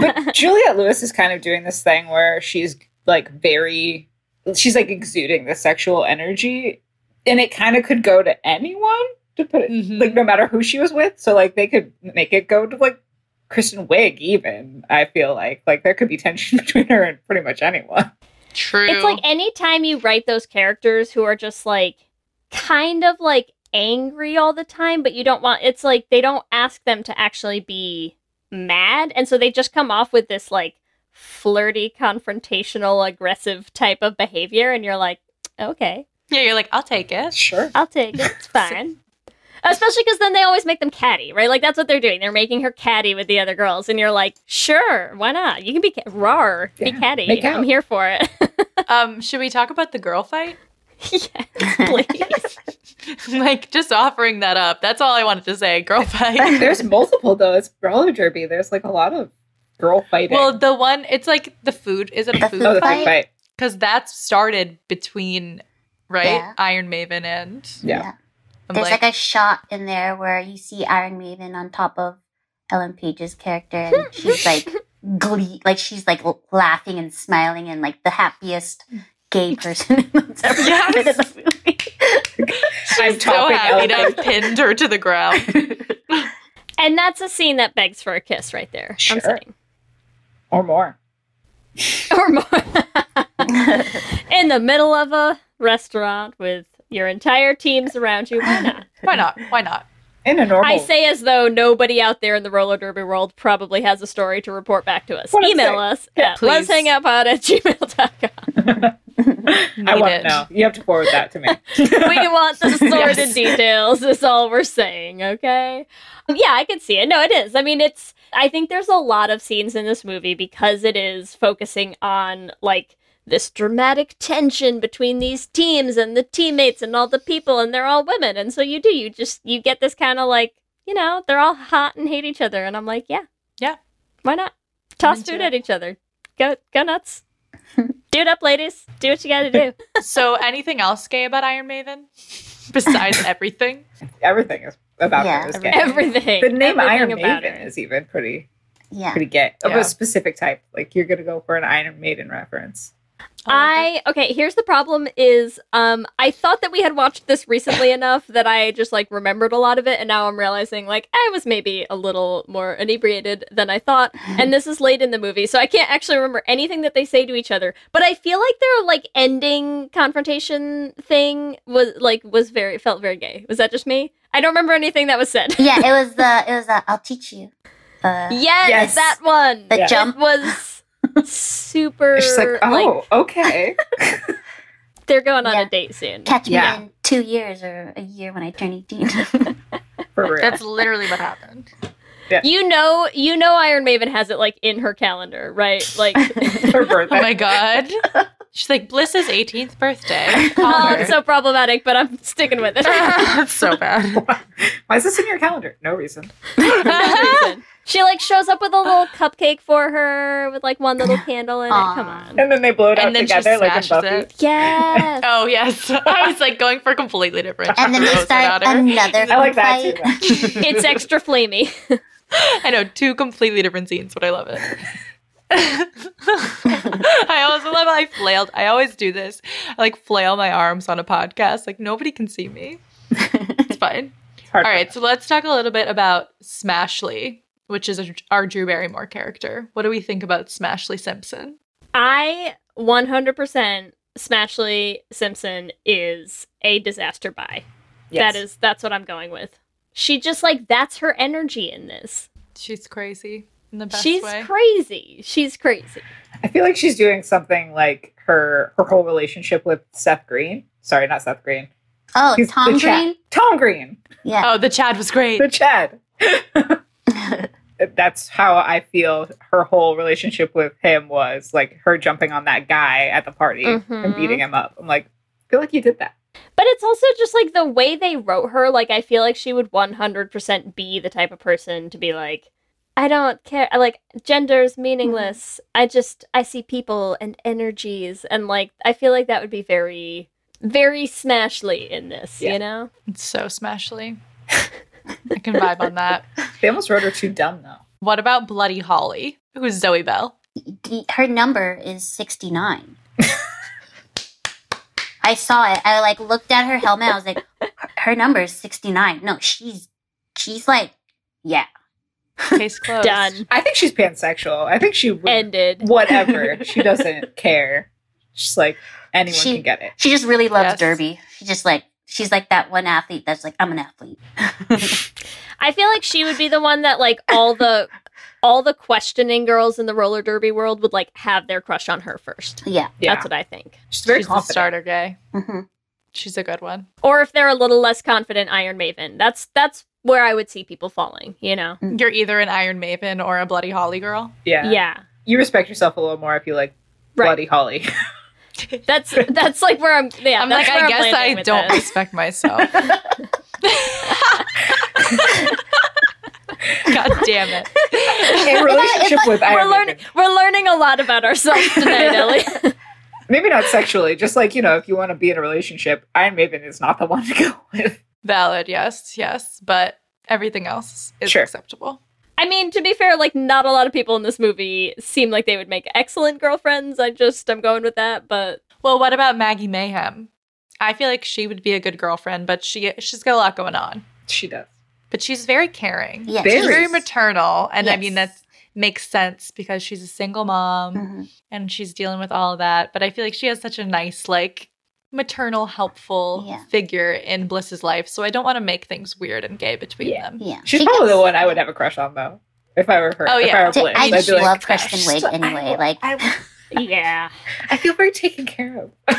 But Juliette Lewis is kind of doing this thing where she's like very, she's like exuding the sexual energy, and it kind of could go to anyone to put it Mhm. like no matter who she was with. So like they could make it go to like Kristen Wiig even. I feel like like there could be tension between her and pretty much anyone. True. It's like anytime you write those characters who are just like kind of like angry all the time, but you don't want it's like they don't ask them to actually be mad. And so they just come off with this like flirty, confrontational, aggressive type of behavior. And you're like, okay, yeah, you're like, I'll take it. Sure. I'll take it. It's fine. Especially because then they always make them catty, right? Like that's what they're doing. They're making her catty with the other girls, and you're like, sure, why not? You can be ca- rar, be Yeah, catty. make I'm out. here for it. Um, should we talk about the girl fight? yes, please. like, just offering that up. That's all I wanted to say. Girl fight. There's multiple though. It's roller derby. There's like a lot of girl fighting. well, the one, it's like the food. Is it a The food oh, the fight? food fight. Because that started between, right? Yeah. Iron Maven and. Yeah. Yeah. I'm There's like, like, a shot in there where you see Iron Maiden on top of Ellen Page's character, and she's like glee, like she's like l- laughing and smiling and like the happiest gay person that's ever Yes. been in the movie. I'm so topping happy to out. have pinned her to the ground. And that's a scene that begs for a kiss right there. I'm Sure. saying. or more. Or more. In the middle of a restaurant with your entire teams around you. Why not? Why not? Why not? In a normal. I say as though nobody out there in the roller derby world probably has a story to report back to us. What I'm Email saying. us at please. let's hang out pod at gmail.com. I Need want it. to know. You have to forward that to me. We want the sordid Yes. details, is all we're saying, okay? Um, Yeah, I can see it. No, it is. I mean, it's, I think there's a lot of scenes in this movie because it is focusing on like this dramatic tension between these teams and the teammates and all the people, and they're all women. And so you do, you just, you get this kind of like, you know, they're all hot and hate each other. And I'm like, yeah. Yeah. Why not? Toss into food it. at each other. Go, go nuts. do it up, ladies. Do what you gotta do. So, anything else gay about Iron Maven besides everything? Everything is about Yeah, her. Is gay. Everything. the name Iron Everything about Maiden her. is even pretty Yeah. pretty gay of Yeah. a specific type. Like you're gonna go for an Iron Maiden reference. I okay. Here's the problem: is um, I thought that we had watched this recently enough that I just like remembered a lot of it, and now I'm realizing like I was maybe a little more inebriated than I thought, and this is late in the movie, so I can't actually remember anything that they say to each other. But I feel like their like ending confrontation thing was like was very felt very gay. Was that just me? I don't remember anything that was said. Yeah, it was the it was the I'll teach you. Uh, yes, Yes. that one. The Yeah. It jump. was super. It's just like, like, oh, okay. they're going on Yeah. a date soon. Catch me Yeah. in two years or a year when I turn eighteen. for real. That's literally what happened. You know, you know, Iron Maiden has it like in her calendar, right? Like, her Oh birthday. my god. She's like, Bliss's 18th birthday. oh, it's so problematic, but I'm sticking with it. That's so bad. Why is this in your calendar? No reason. No reason. She like shows up with a little cupcake for her with like one little candle in it. Come Aw. on, And then they blow it out and then she together like in smashes Buffy. it. yes. Oh yes. I was like going for completely different. and then we throws it at start her. another I like that fight. too. though. It's extra flamey. I know two completely different scenes, but I love it. I also love how I flailed. I always do this. I like flail my arms on a podcast. Like nobody can see me. It's fine. It's hard All for right, so let's talk a little bit about Smashley, which is our Drew Barrymore character. What do we think about Smashley Simpson? I 100% Smashley Simpson is a disaster buy. Yes. That is that's what I'm going with. She just like that's her energy in this. She's crazy in the best She's way. crazy. She's crazy. I feel like she's doing something like her her whole relationship with Seth Green. Sorry, not Seth Green. Oh, He's Tom the Chad- Green. Tom Green. Yeah. oh, the Chad was great. The Chad. that's how I feel her whole relationship with him was like her jumping on that guy at the party and Mhm. beating him up. I'm like, I feel like you did that. But it's also just like the way they wrote her. Like, I feel like she would 100% be the type of person to be like, I don't care. Like, gender's meaningless. Mm-hmm. I just, I see people and energies. And like, I feel like that would be very, very smashly in this, Yeah. you know? It's so smashly. I can vibe on that. They almost wrote her too dumb though. What about Bloody Holly, who is Zoe Bell? D- her number is 69 i saw it i like looked at her helmet i was like "Her- her number is 69 no she's she's like yeah Case closed. Done. I think she's pansexual. I think she would Ended. whatever. she doesn't care. She's like anyone She- can get it. she just really loves Yes. derby she just like she's like that one athlete that's like i'm an athlete I feel like she would be the one that like all the. All the questioning girls in the roller derby world would like have their crush on her first. yeah Yeah, That's what I think. she's very She's the confident. starter gay. hmm She's a good one. Or if they're a little less confident, Iron Maven. That's that's where I would see people falling. You know? Mm. You're either an Iron Maven or a Bloody Holly girl. Yeah. Yeah. you respect yourself a little more if you like Right. bloody Holly. That's that's like where I'm. Yeah, I'm like, that's where I guess landing I with don't this. respect myself. God damn it. In relationship with Iron We're learning. Maiden. We're learning a lot about ourselves tonight, Ellie. Maybe not sexually, just like, you know, if you want to be in a relationship, Iron Maiden is not the one to go with. Valid, yes, yes. But everything else is Sure. acceptable. I mean, to be fair, like not a lot of people in this movie seem like they would make excellent girlfriends. I just I'm going with that, but Well, what about Maggie Mayhem? I feel like she would be a good girlfriend, but she she's got a lot going on. She does. But she's very caring. yeah Very. She's very maternal, and I Yes. mean that makes sense because she's a single mom. hmm and she's dealing with all of that. But I feel like she has such a nice, like, maternal, helpful Yeah. figure in Bliss's life. So I don't want to make things weird and gay between Yeah. them. yeah She's She probably gets- the one I would have a crush on though. If I were her. Oh, If yeah. I were Dude, Bliss. I I'd be just like, love Kristen "Gosh, Wiig I anyway. will- like, I, will- yeah, I feel very taken care of.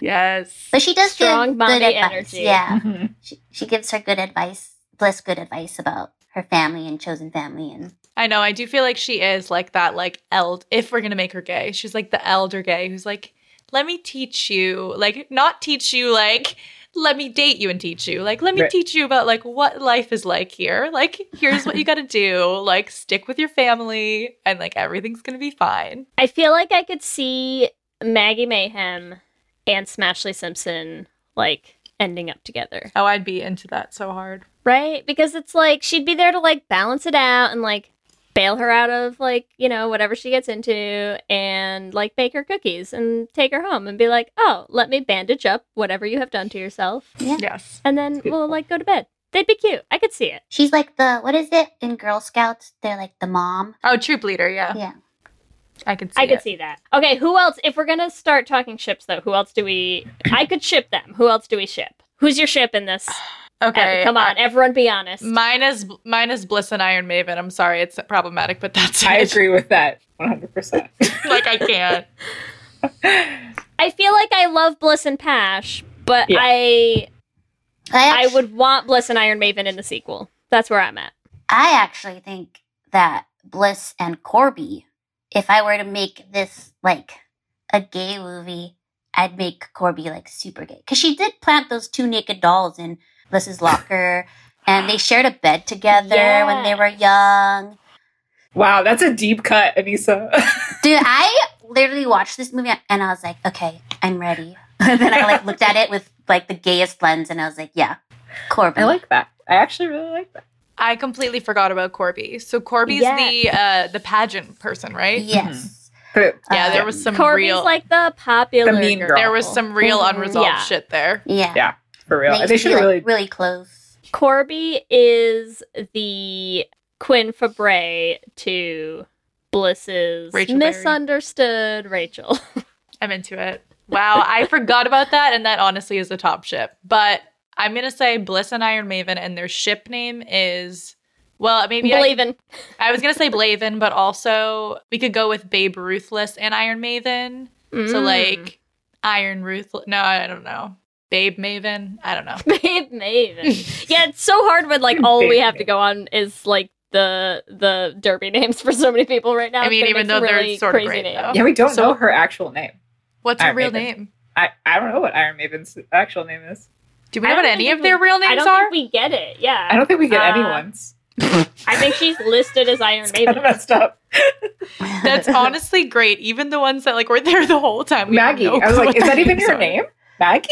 Yes. but she does Strong give mommy good advice. energy. Yeah, Mhm. she, she gives her good advice. Bliss good advice about her family and chosen family, and I know. I do feel like she is like that, like, eld. If we're going to make her gay, she's like the elder gay who's like, let me teach you, like, not teach you, like, let me date you and teach you. Like, let me Right. teach you about like what life is like here. Like, here's what you got to do. Like, stick with your family, and like everything's gonna be fine. I feel like I could see Maggie Mayhem and Smashley Simpson like ending up together. Oh, I'd be into that so hard. right? Because it's like she'd be there to like balance it out and like bail her out of like, you know, whatever she gets into and like bake her cookies and take her home and be like, "Oh, let me bandage up whatever you have done to yourself." Yes. And then we'll like go to bed. They'd be cute. I could see it. she's like the what is it in Girl Scouts? They're like the mom. Oh, troop leader. Yeah. Yeah, I could see. I could it. see that. Okay, who else if we're going to start talking ships though, who else do we I could ship them. Who else do we ship? Who's your ship in this? Okay. Abby? Come on, everyone be honest. Mine is mine is Bliss and Iron Maven. I'm sorry, it's problematic, but that's I it. agree with that 100%. like I can't. I feel like I love Bliss and Pash, but Yeah. I I, I actu- would want Bliss and Iron Maven in the sequel. That's where I'm at. I actually think that Bliss and Corby. If I were to make this like a gay movie, I'd make Corby like super gay because she did plant those two naked dolls in Bliss's locker, and they shared a bed together when they were young. wow, that's a deep cut, Anissa. Dude, I literally watched this movie and I was like, okay, I'm ready. and then I like looked at it with like the gayest lens and I was like, yeah, Corbin. I like that. I actually really like that. I completely forgot about Corby. So Corby's the uh the pageant person, right? Mm-hmm. yes. But Yeah, there Um, was some Corby's real like the popular The mean girl. girl. there was some real Mhm. unresolved Yeah. shit there. Yeah. Yeah, for real. used They to should be, have like, really really close. Corby is the Quinn Fabre to Bliss's Rachel Berry. misunderstood Rachel. I'm into it. Wow, I forgot about that, and that honestly is the top ship. But I'm gonna say Bliss and Iron Maven, and their ship name is well, maybe I Believing. I was gonna say Blaven, but also we could go with Babe Mm. Ruthless and Iron Maven. So like Iron Ruthless. No, I don't know. Babe Maven. I don't know. Babe Maven. yeah, it's so hard when like all we Babe have to go on is like the the derby names for so many people right now. I It's mean, gonna even make some though they're really sort of crazy great, names. though. Yeah, we don't So- know her actual name. What's her Iron real Maiden. name? I, I don't know what Iron Maven's actual name is. Do we I know what don't any think of their we- real I names don't are? think we get it. Yeah, I don't think we get Uh, anyone's. I think she's listed as Iron Kind of Maiden. messed up. That's honestly great. Even the ones that like were there the whole time. we have Maggie. no I was clue like, what is that their even names your are. name? Maggie?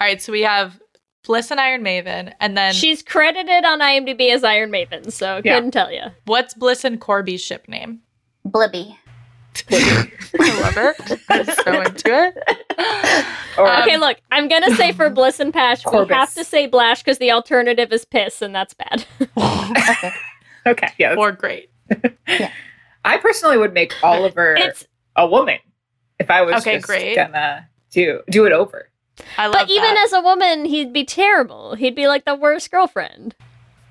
All right, so we have Bliss and Iron Maven, and then She's credited on IMDb as Iron Maiden, so Yeah. couldn't tell you. what's Bliss and Corby's ship name? Blibby. I love it. I'm so into it. Or Um, okay, look, I'm gonna say for Bliss and Pash, we Corbus. have to say Blash because the alternative is piss, and that's bad. okay, yeah. that's- Or great. I personally would make Oliver It's a woman if I was Okay, just great. gonna do do it over. I love but even that. as a woman, he'd be terrible. He'd be like the worst girlfriend.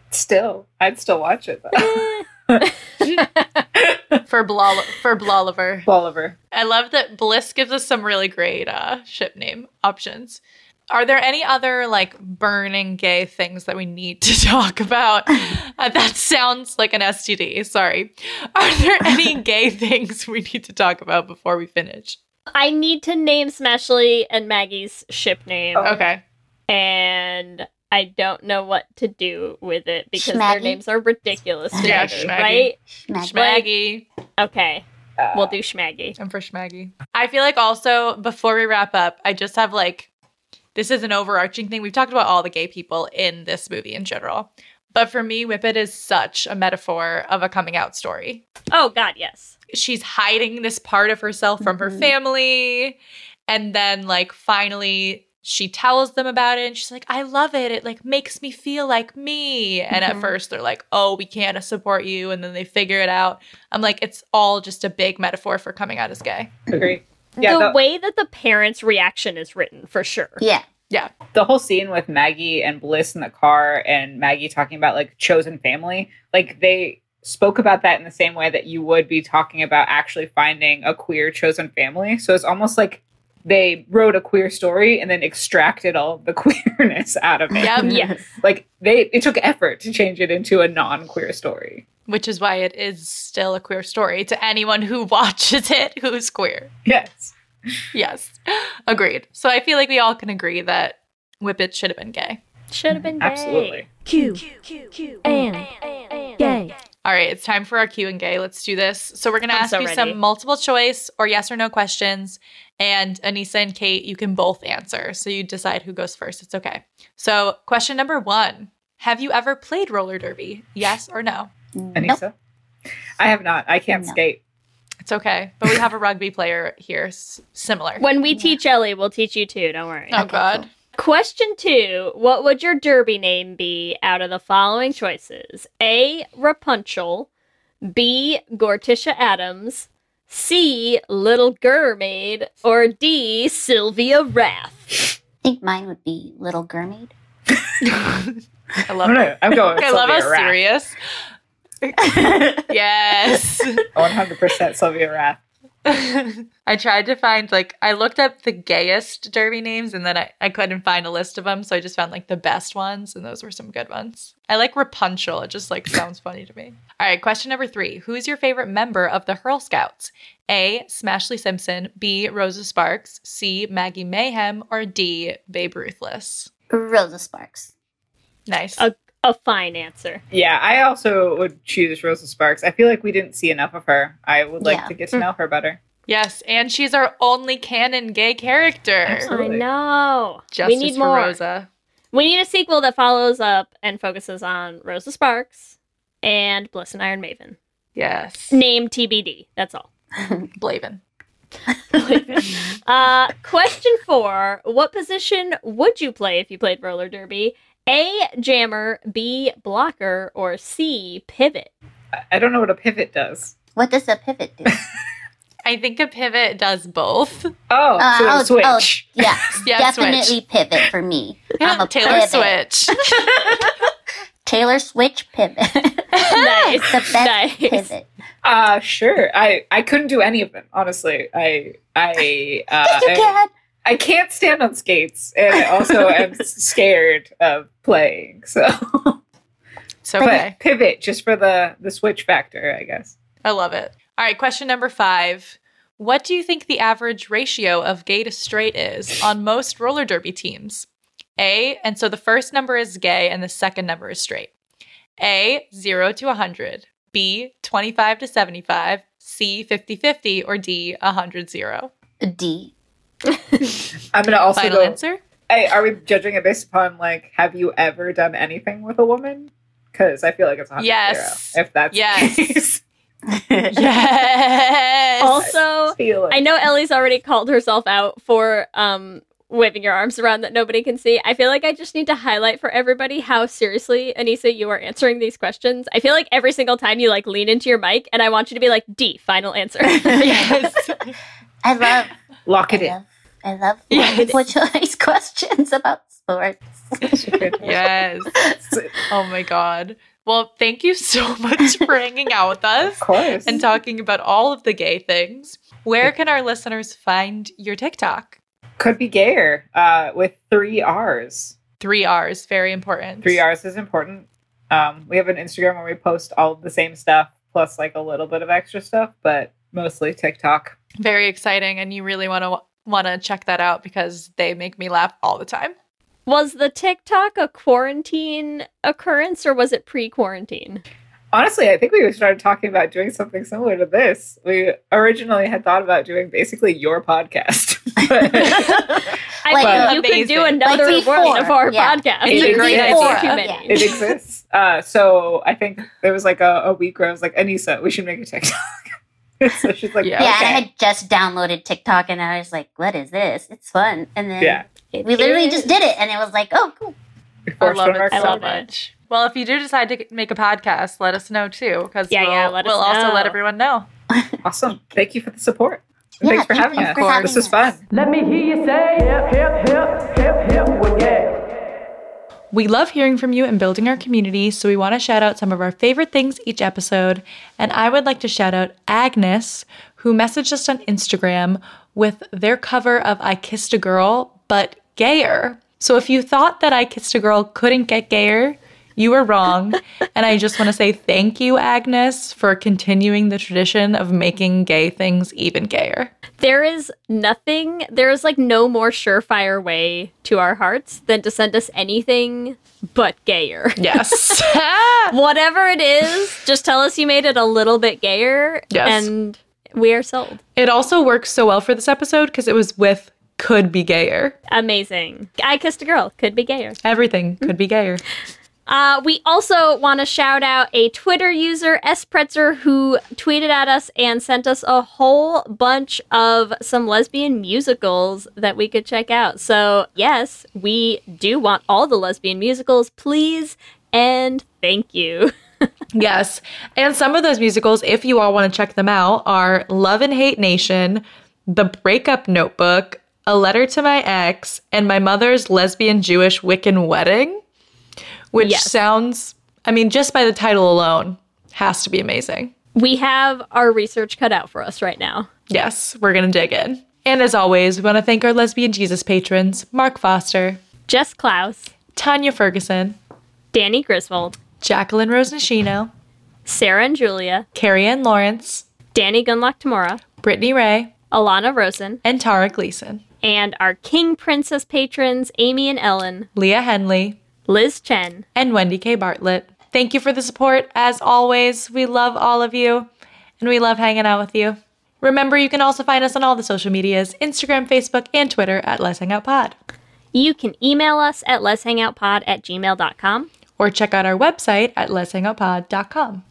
Still, I'd still watch it though. for Blol for Bloliver. Oliver. I love that Bliss gives us some really great uh, ship name options. Are there any other like burning gay things that we need to talk about? Uh, that sounds like an STD. Sorry. Are there any gay things we need to talk about before we finish? I need to name Smashley and Maggie's ship name, Oh. Okay. and I don't know what to do with it because their Schmaggy? names are ridiculous Yeah, together, Schmaggy. right? Maggie. Schmaggy. Okay, Uh, we'll do Schmaggy. I'm for Schmaggy. I feel like also before we wrap up, I just have like this is an overarching thing. We've talked about all the gay people in this movie in general. But for me, Whippet is such a metaphor of a coming out story. Oh God, yes. She's hiding this part of herself from her Mhm. family. And then like finally she tells them about it and she's like, I love it. It like makes me feel like me. And at Mhm. first they're like, oh, we can't support you. And then they figure it out. I'm like, it's all just a big metaphor for coming out as gay. agree. Yeah, the the, way that the parents' reaction is written, for sure. Yeah. the whole scene with Maggie and Bliss in the car and Maggie talking about like chosen family, like they spoke about that in the same way that you would be talking about actually finding a queer chosen family. So it's almost like they wrote a queer story and then extracted all the queerness out of it. Yep. Um, Yes. Like they it took effort to change it into a non-queer story. which is why it is still a queer story to anyone who watches it who's queer. Yes. Yes, agreed. So I feel like we all can agree that Whippet should have been gay. Should have been gay. Absolutely. Q and gay. All right, it's time for our Q and gay. Let's do this. So we're gonna I'm ask so you ready. some multiple choice or yes or no questions, and Anissa and Kate, you can both answer. So you decide who goes first. It's okay. So question number one: Have you ever played roller derby? Yes or no? Anissa? I have not. I can't No. skate. It's okay, but we have a rugby player here, s- similar. When we teach Ellie, we'll teach you too. Don't worry. Oh God. Question two What would your derby name be out of the following choices? A. Rapunzel. B. Gorticia Adams. C. Little Mermaid. Or D. Sylvia Rath. I think mine would be Little Gurmaid. I I love don't it. know. Oh, I'm going with I love Sylvia how Rath. serious. yes. 100% Sylvia Rath. I tried to find, like, I looked up the gayest derby names and then I, I couldn't find a list of them. So I just found, like, the best ones. And those were some good ones. I like Rapunzel. It just, like, sounds funny to me. All right. Question number three Who's your favorite member of the Hurl Scouts? A. Smashley Simpson. B. Rosa Sparks. C. Maggie Mayhem. Or D. Babe Ruthless. Rosa Sparks. Nice. A, a fine answer. Yeah, I also would choose Rosa Sparks. I feel like we didn't see enough of her. I would like Yeah. to get to know her better. yes. And she's our only canon gay character. I Absolutely. know. Justice we need for more. Rosa. We need a sequel that follows up and focuses on Rosa Sparks and Bliss and Iron Maven. Yes. Name TBD. That's all. Blaven. uh, question four What position would you play if you played roller derby? A. Jammer, B. Blocker, or C. Pivot? I- I don't know what a pivot does. What does a pivot do? I think a pivot does both. Oh, Uh, so oh, switch. oh, yeah, Yeah, definitely pivot for me. I'm a Taylor pivot. Switch. Taylor Switch pivot. the Nice. best nice. pivot. Uh, sure. I, I couldn't do any of them, honestly. I I uh, You I, can. I can't stand on skates, and I also am scared of playing. So, It's okay. but pivot just for the the switch factor, I guess. I love it. All right, question number five. What do you think the average ratio of gay to straight is on most roller derby teams? A, and so the first number is gay and the second number is straight. A, 0 to 100. B, 25 to 75. C, 50 50. Or D, 100 0. A D. I'm gonna also Final go. answer? Hey, are we judging it based upon like have you ever done anything with a woman? Because I feel like it's not Yes. zero. If that's the Yes. case. Yes. Also, feel it. I know Ellie's already called herself out for um waving your arms around that nobody can see. I feel like I just need to highlight for everybody how seriously Anissa you are answering these questions. I feel like every single time you like lean into your mic and I want you to be like D final answer. yes. I love. Lock it I in. love. I love Yes. multiple choice questions about sports. yes. Oh my God. Well, thank you so much for hanging out with us. Of course. and talking about all of the gay things. Where can our listeners find your TikTok? Could be gayer uh, with three R's. Three R's, very important. Three R's is important. Um, we have an Instagram where we post all of the same stuff plus like a little bit of extra stuff, but mostly TikTok. very exciting, and you really want to want to check that out because they make me laugh all the time. was the TikTok a quarantine occurrence or was it pre-quarantine? Honestly, I think we started talking about doing something similar to this. We originally had thought about doing basically your podcast. but I Well, think you could do amazing. another Like before, one of our yeah. podcast. It's a There's great too idea. many. Yeah. it exists. Uh, so I think there was like a, a week where I was like, Anissa, we should make a TikTok. so she's like, Yeah. Yeah, and I okay. had just downloaded TikTok, and I was like, "What is this? It's fun." And then Yeah. we literally just did it, and it was like, "Oh, cool." We I forced love one it so ourselves. love it. much. Well, if you do decide to make a podcast, let us know too, because Yeah, we'll, yeah, let us we'll also know. let everyone know. Awesome. Thank you for the support. Yeah, Thanks for thank having you us. for having this was us. fun. Let me hear you say hip, hip, hip, hip, hip, well, yeah. We love hearing from you and building our community, so we want to shout out some of our favorite things each episode. And I would like to shout out Agnes, who messaged us on Instagram with their cover of I Kissed a Girl, but gayer. So if you thought that I Kissed a Girl couldn't get gayer, you were wrong. and I just want to say thank you, Agnes, for continuing the tradition of making gay things even gayer. There is nothing, there is like no more surefire way to our hearts than to send us anything but gayer. Yes. Whatever it is, just tell us you made it a little bit gayer Yes. and we are sold. it also works so well for this episode because it was with could be gayer. Amazing. I kissed a girl, could be gayer. Everything could be gayer. Uh, we also want to shout out a Twitter user, S. Pretzer, who tweeted at us and sent us a whole bunch of some lesbian musicals that we could check out. So, yes, we do want all the lesbian musicals, please, and thank you. Yes. And some of those musicals, if you all want to check them out, are Love and Hate Nation, The Breakup Notebook, A Letter to My Ex, and My Mother's Lesbian Jewish Wiccan Wedding, which Yes. sounds, I mean, just by the title alone, has to be amazing. We have our research cut out for us right now. Yes, we're going to dig in. And as always, we want to thank our Lesbian Jesus patrons Mark Foster, Jess Klaus, Tanya Ferguson, Danny Griswold, Jacqueline Rose Nishino, Sarah and Julia, Carrie Ann Lawrence, Danny Gunlock Tamora, Brittany Ray, Alana Rosen, and Tara Gleason, and our King Princess patrons, Amy and Ellen, Leah Henley, Liz Chen, and Wendy K. Bartlett. Thank you for the support. As always, we love all of you and we love hanging out with you. Remember, you can also find us on all the social medias Instagram, Facebook, and Twitter at Let's Hang Out Pod. You can email us at letshangoutpod at gmail.com. Or check out our website at letshangoutpod.com.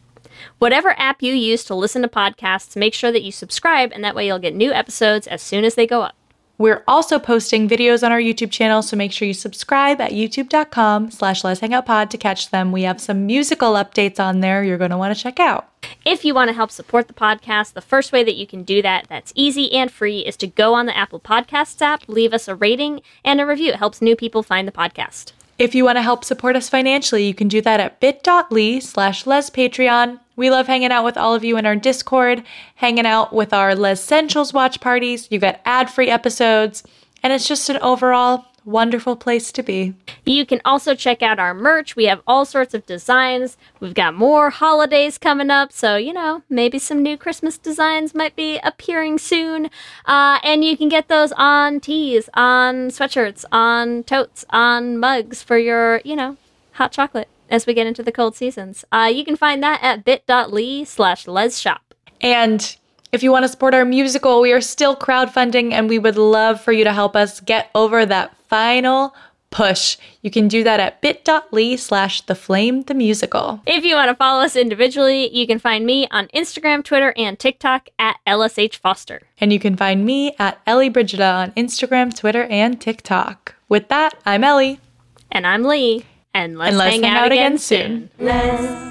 Whatever app you use to listen to podcasts, make sure that you subscribe, and that way you'll get new episodes as soon as they go up. We're also posting videos on our YouTube channel, so make sure you subscribe at youtube.com slash Let's Hang Out Pod to catch them. We have some musical updates on there you're going to want to check out. If you want to help support the podcast, the first way that you can do that, that's easy and free, is to go on the Apple Podcasts app, leave us a rating and a review. It helps new people find the podcast. If you want to help support us financially, you can do that at bit.ly slash lespatreon. We love hanging out with all of you in our Discord, hanging out with our Les Essentials watch parties. You get ad-free episodes, And it's just an overall wonderful place to be. You can also check out our merch. We have all sorts of designs. We've got more holidays coming up, so you know, maybe some new Christmas designs might be appearing soon. Uh, and you can get those on tees, on sweatshirts, on totes, on mugs for your, you know, hot chocolate as we get into the cold seasons. Uh, you can find that at bit.ly slash lesshop. And if you want to support our musical, we are still crowdfunding and we would love for you to help us get over that final push. You can do that at bit.ly slash the flame the musical. If you want to follow us individually, you can find me on Instagram, Twitter, and TikTok at LSH Foster. And you can find me at Ellie Brigida on Instagram, Twitter, and TikTok. With that, I'm Ellie. And I'm Lee. And let's, And let's hang, out, again soon. soon. Let's